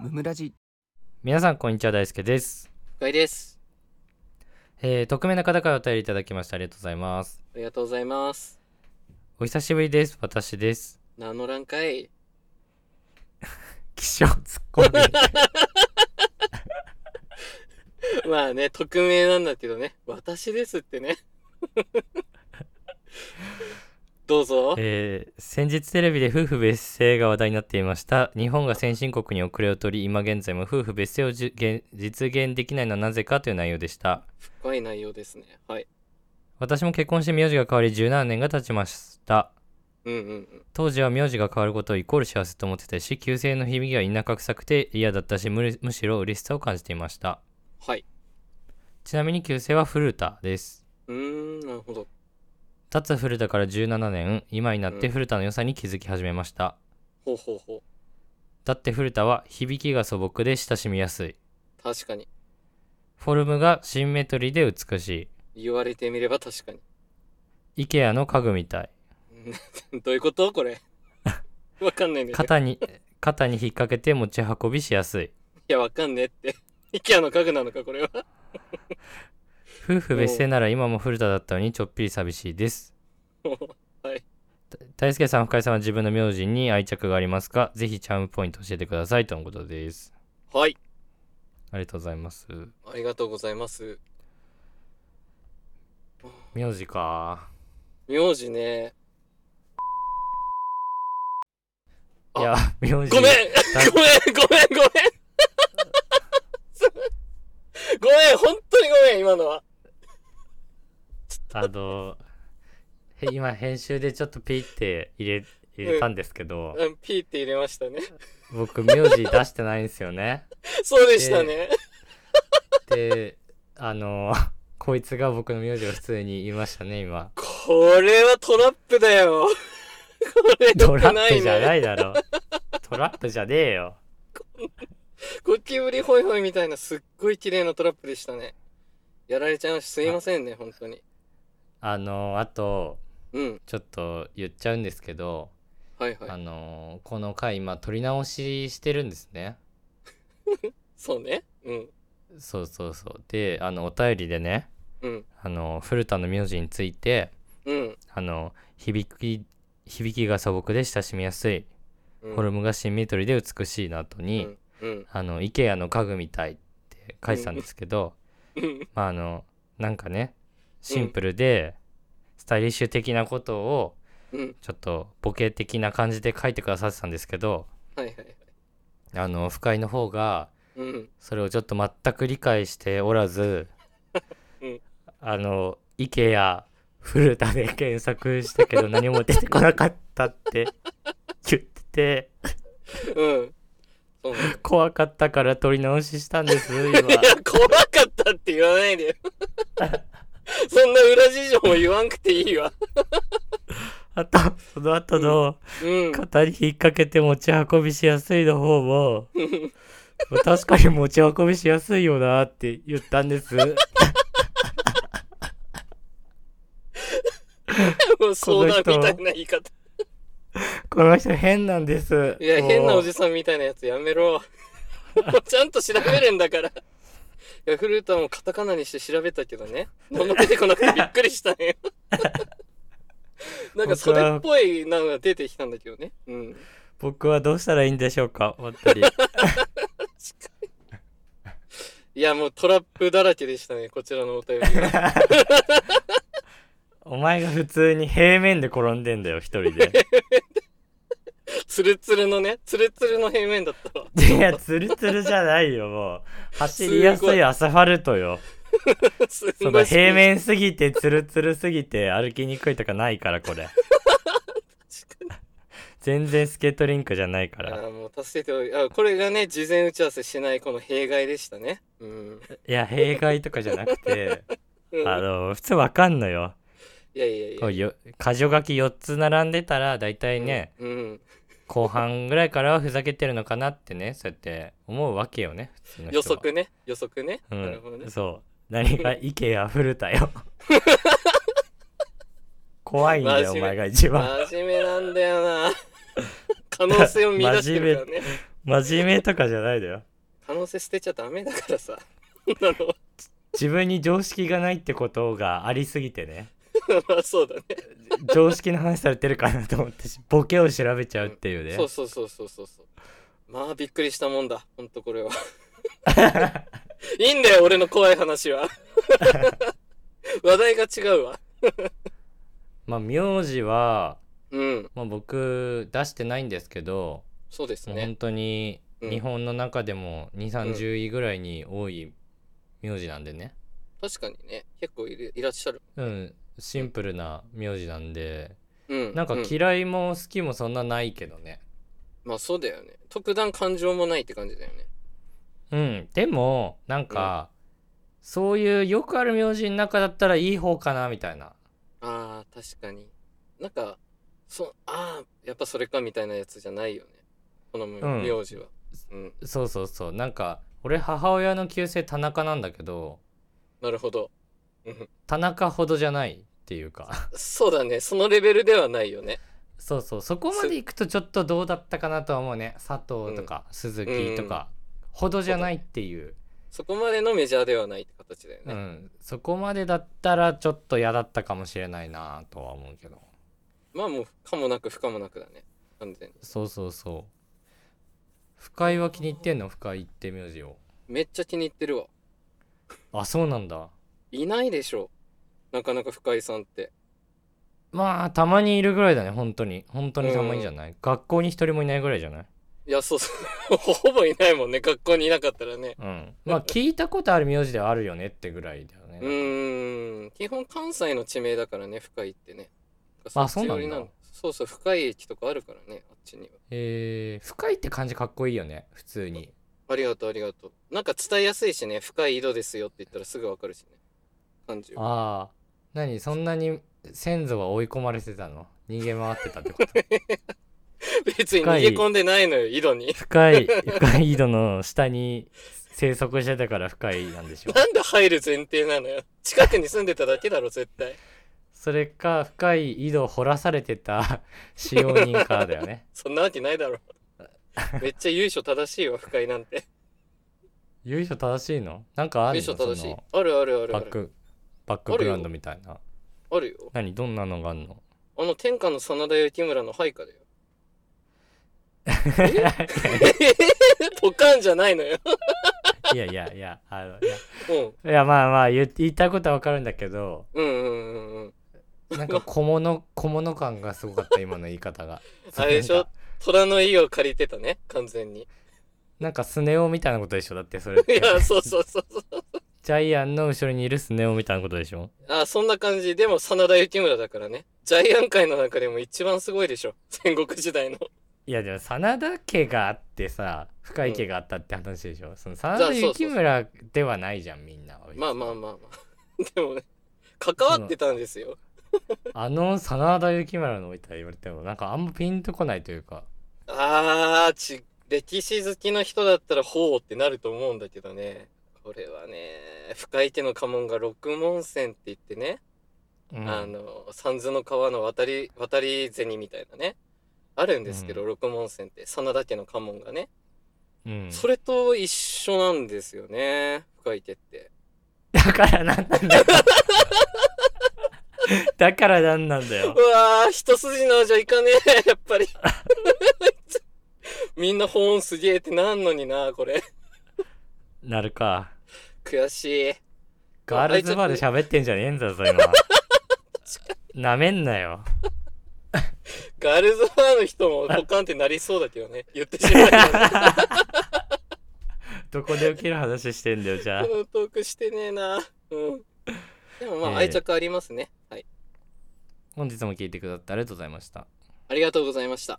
ムムラジ皆さんこんにちは大輔です、深井です。えー、匿名の方からお便りいただきましてありがとうございますありがとうございます。お久しぶりです私です何の欄かい気象突っ込んでまあね、匿名なんだけどね。私ですってね。どうぞ。 えー、先日テレビで夫婦別姓が話題になっていました日本が先進国に遅れを取り今現在も夫婦別姓をじゅ現実現できないのはなぜかという内容でした深い内容ですね。はい。私も結婚して名字が変わり17年が経ちましたうんうんうん。当時は名字が変わることをイコール幸せと思ってたし旧姓の響きは田舎臭くて嫌だったしむるむしろ嬉しさを感じていましたはい。ちなみに旧姓は古田ですうーん、なるほど。立つ古田から17年今になってうん古田の良さに気づき始めました、ほうほうほ。だって古田は響きが素朴で親しみやすいう確かに。フォルムがシンメトリーで美し言われてみれば確かに。い IKEA の家具みたいうん どういうことこれ。わかんないんだけど。肩に肩に引っ掛けて持ち運びしやすいいや、わかんねえって。IKEA の家具なのか、これは。 夫婦別姓なら今も古田だったのにちょっぴり寂しいですはい。大輔さん深井さんは自分の名字に愛着がありますかぜひチャームポイント教えてくださいとのことですはい。ありがとうございますありがとうございます。名字か名字ね。あいや名字ごめんだごめんごめんごめんごめん本当にごめん今のは。あの、へ今編集でちょっとピーって入れ、入れたんですけど、うん、ピーって入れましたね。僕名字出してないんですよね。そうでしたね。で、あの、こいつが僕の名字を普通に言いましたね、今。これはトラップだよ。これ良トラくッないプじゃなね。いだろ。トラップじゃねえよ。ゴキブリホイホイみたいなすっごい綺麗なトラップでしたね。やられちゃいました。すいませんね、本当に。あの、あと、うん。ちょっと言っちゃうんですけど、はいあはい。の、この回今撮り直ししてるんですね。そうね。うん。そうそうそう。で、あの、お便りでね、うん。あの、古田の名字について、うん。あの響き響きが素朴で親しみやすい、うんフォルムがシンメトリーで美しいの後に、うん。あの IKEA の家具みたいって書いてたんですけど、うん。まああのなんかねシンプルで、スタイリッシュ的なことをうん。ちょっとボケ的な感じで書いてくださってたんですけどはいはいはい。あの深井の方がうん。それをちょっと全く理解しておらず、 うんあの IKEA 古田で検索したけど何も出てこなかったって言っててうん。そうね。怖かったから撮り直ししたん です今いや、怖かったって言わないでよ。 そんな裏事情も言わんくていいわ。あとその後のうん。肩に引っ掛けて持ち運びしやすいの方も確かに持ち運びしやすいよなって言ったんですもう相談みたいな言い方。この人変なんですいや、変なおじささんみたいなやつやめろ。ちゃんと調べるんだから。いや、フルータもカタカナにして調べたけどね。何も出てこなくてびっくりした ね。なんかそれっぽいのが出てきたんだけどね。うん。僕はどうしたらいいんでしょうか本当にいや、もうトラップだらけでしたね。こちらのお便りは。 お前が普通に平面で転んでんだよ、一 人で。ツルツルのね、ツルツルの平面だったわ。いや、ツルツルじゃないよ、もう。走りやすいアスファルトよ。 すんごいその平面すぎて、ツルツルすぎて、歩きにくいとかないから、これ。全然スケートリンクじゃないかあら。ーもう助けておいあこれがね事前打ち合わせしないこの弊害でしたねうん、いや、弊害とかじゃなくて、うんあの、普通わかんのよ。いやいやいこやうよ、箇条書き4つ並んでたら、だいたいね、うん、後半ぐらいからはふざけてるのかなってね、そうやって思うわけよね、普通の人は予測ね予測ね、うなるほどねん、そう。何が IKEA 古田 よ。怖いんだよ、真面お目前が一番。 真面目なんだよな可能性を見出してるからね真面目とかじゃないだよ可能性捨てちゃダメだからさ。 なの自分に常識がないってことがありすぎてねまあそうだね。常識の話されてるかなと思ってしボケを調べちゃうっていうねそうそうそうそうそうそう。まあびっくりしたもんだ。ほんとこれは。いいんだよ、俺の怖い話 は。話題が違うわ。まあ名字は、うん。まあ、僕出してないんですけど、そうですもう本ね。当にうん日本の中でも2 3 0位ぐらいに多い名字なんでね確かにね。結構いるいらっしゃる。うんシンプルな名字なんでうん。なんかうん嫌いも好きもそんなないけどねまあそうだよね。特段感情もないって感じだよね。うんでもなんか、そういうよくある名字の中だったらいい方かなみたいなああ、確かに。なんか、そ、ああ、やっぱそれかみたいなやつじゃないよね。このん名字は。うん。そうそうそうなんか俺母親の旧姓田中なんだけどなるほど。田中ほどじゃないっていうか そうだね。そのレベルではないよね。そうそうそこまでいくとちょっとどうだったかなとは思うね佐藤とか鈴木とか、ほどじゃないっていう、そこまでのメジャーではないって形だようね。ん、そこまでだったらちょっと嫌だったかもしれないなとは思うけどまあもう、可もなく不可もなくだね。完全に。そうそうそう深井は気に入ってんの深井って名字をめっちゃ気に入ってるわ。あそうなんだいないでしょう。なかなか深井さんって。まあたまにいるぐらいだね本当に本当にたまにじゃない、学校に一人もいないぐらいじゃないいや、そうそう。 ほぼいないもんね。学校にいなかったらね。うんまあ聞いたことある名字ではあるよねってぐらいだよね、うーん。基本関西の地名だからね、深井ってね。あそうなんだっち寄りそうそう、深井駅とかあるからね、あっちには。えー、深いって感じかっこいいよね普通にありがとう、ありがとう。なんか伝えやすいしね、深い井戸ですよって言ったらすぐわかるしね。感じ。ああ何そんなに先祖は追い込まれてたの逃げ回ってたって こと別に逃げ込んでないのよ、井 戸に。深い深い井戸の下に生息してたから深いなんでしょうなんで入る前提なのよ。近くに住んでただけだろ、絶対。それか深い井戸を掘らされて た使用人かだよねそんなわけない だろ。めっちゃ由緒正しいわ、深井なんて。由緒正しいのなんかある由の緒正しそいの。あるあるあるバあッる。クバックグラウンドみたいなあるよ。何どんなのがあんのあの天下の真田幸村の配下だよ。ポカンじゃないのよ。いやいやいやあのいやうん。いやまあまあ言って言いたいことはわかるんだけ どうんうんうんうん。なんか小物小物感がすごかった今の言い方があれでしょ虎の家を借りてたね、完全に。なんかスネ夫みたいなことでしょだってそれっいてや、そうそうそうそう。ジャイアンの後ろにいるスネ夫みたいなことでしょあ、そんな感じ。でも、真田幸村だからね。ジャイアン界の中でも一番すごいでしょ。戦国時代の。いやでも真田家があってさ深井家があったって話でしょ、その真じゃあ田そうそうそう幸村ではないじゃんみんなはまあまあまあまあ。でもね、関わってたんですよ。あの真田幸村のみたいに言われてもなんかあんまピンとこないというかあー、ち、歴史好きの人だったら、ほうってなると思うんだけどね。これはね、深井家の家紋が六門線って言ってね、うんあの、三途の川の渡り、渡り銭みたいなね。あるんですけど、う六門線って、真田家の家紋がね。うん、それと一緒なんですよね、深井家って。だからなんなん だよだからなんなんだようわー、一筋縄じゃいかねえ、 やっ ぱり。みんな保温すげえってなんのにな、これ。なるか悔しい。ガールズバーで喋ってんじゃねえんだぞ、そういうのは。なめんなよ。ガールズバーの人もポカンってなりそうだけどね。 言ってしまえばどこで受ける話してんだよ、じゃあこ。のトークしてねえな。うん。でもまええあ愛着ありますね。はい。本日も聞いてくださってありがとうございました。ありがとうございました。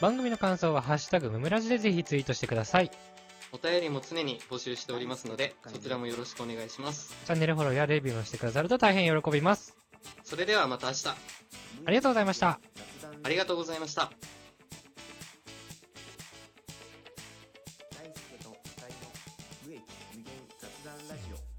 番組の感想は、ハッシュタグムムラジでぜひツイートしてください。チお便りも常に募集しておりますので、そちらもよろしくお願いします。ャンネルフォローやレビューもしてくださると大変喜びます。それではまた明日、ありがとうございました。ありがとうございました。大輔と二人の無益無限雑談ラジオ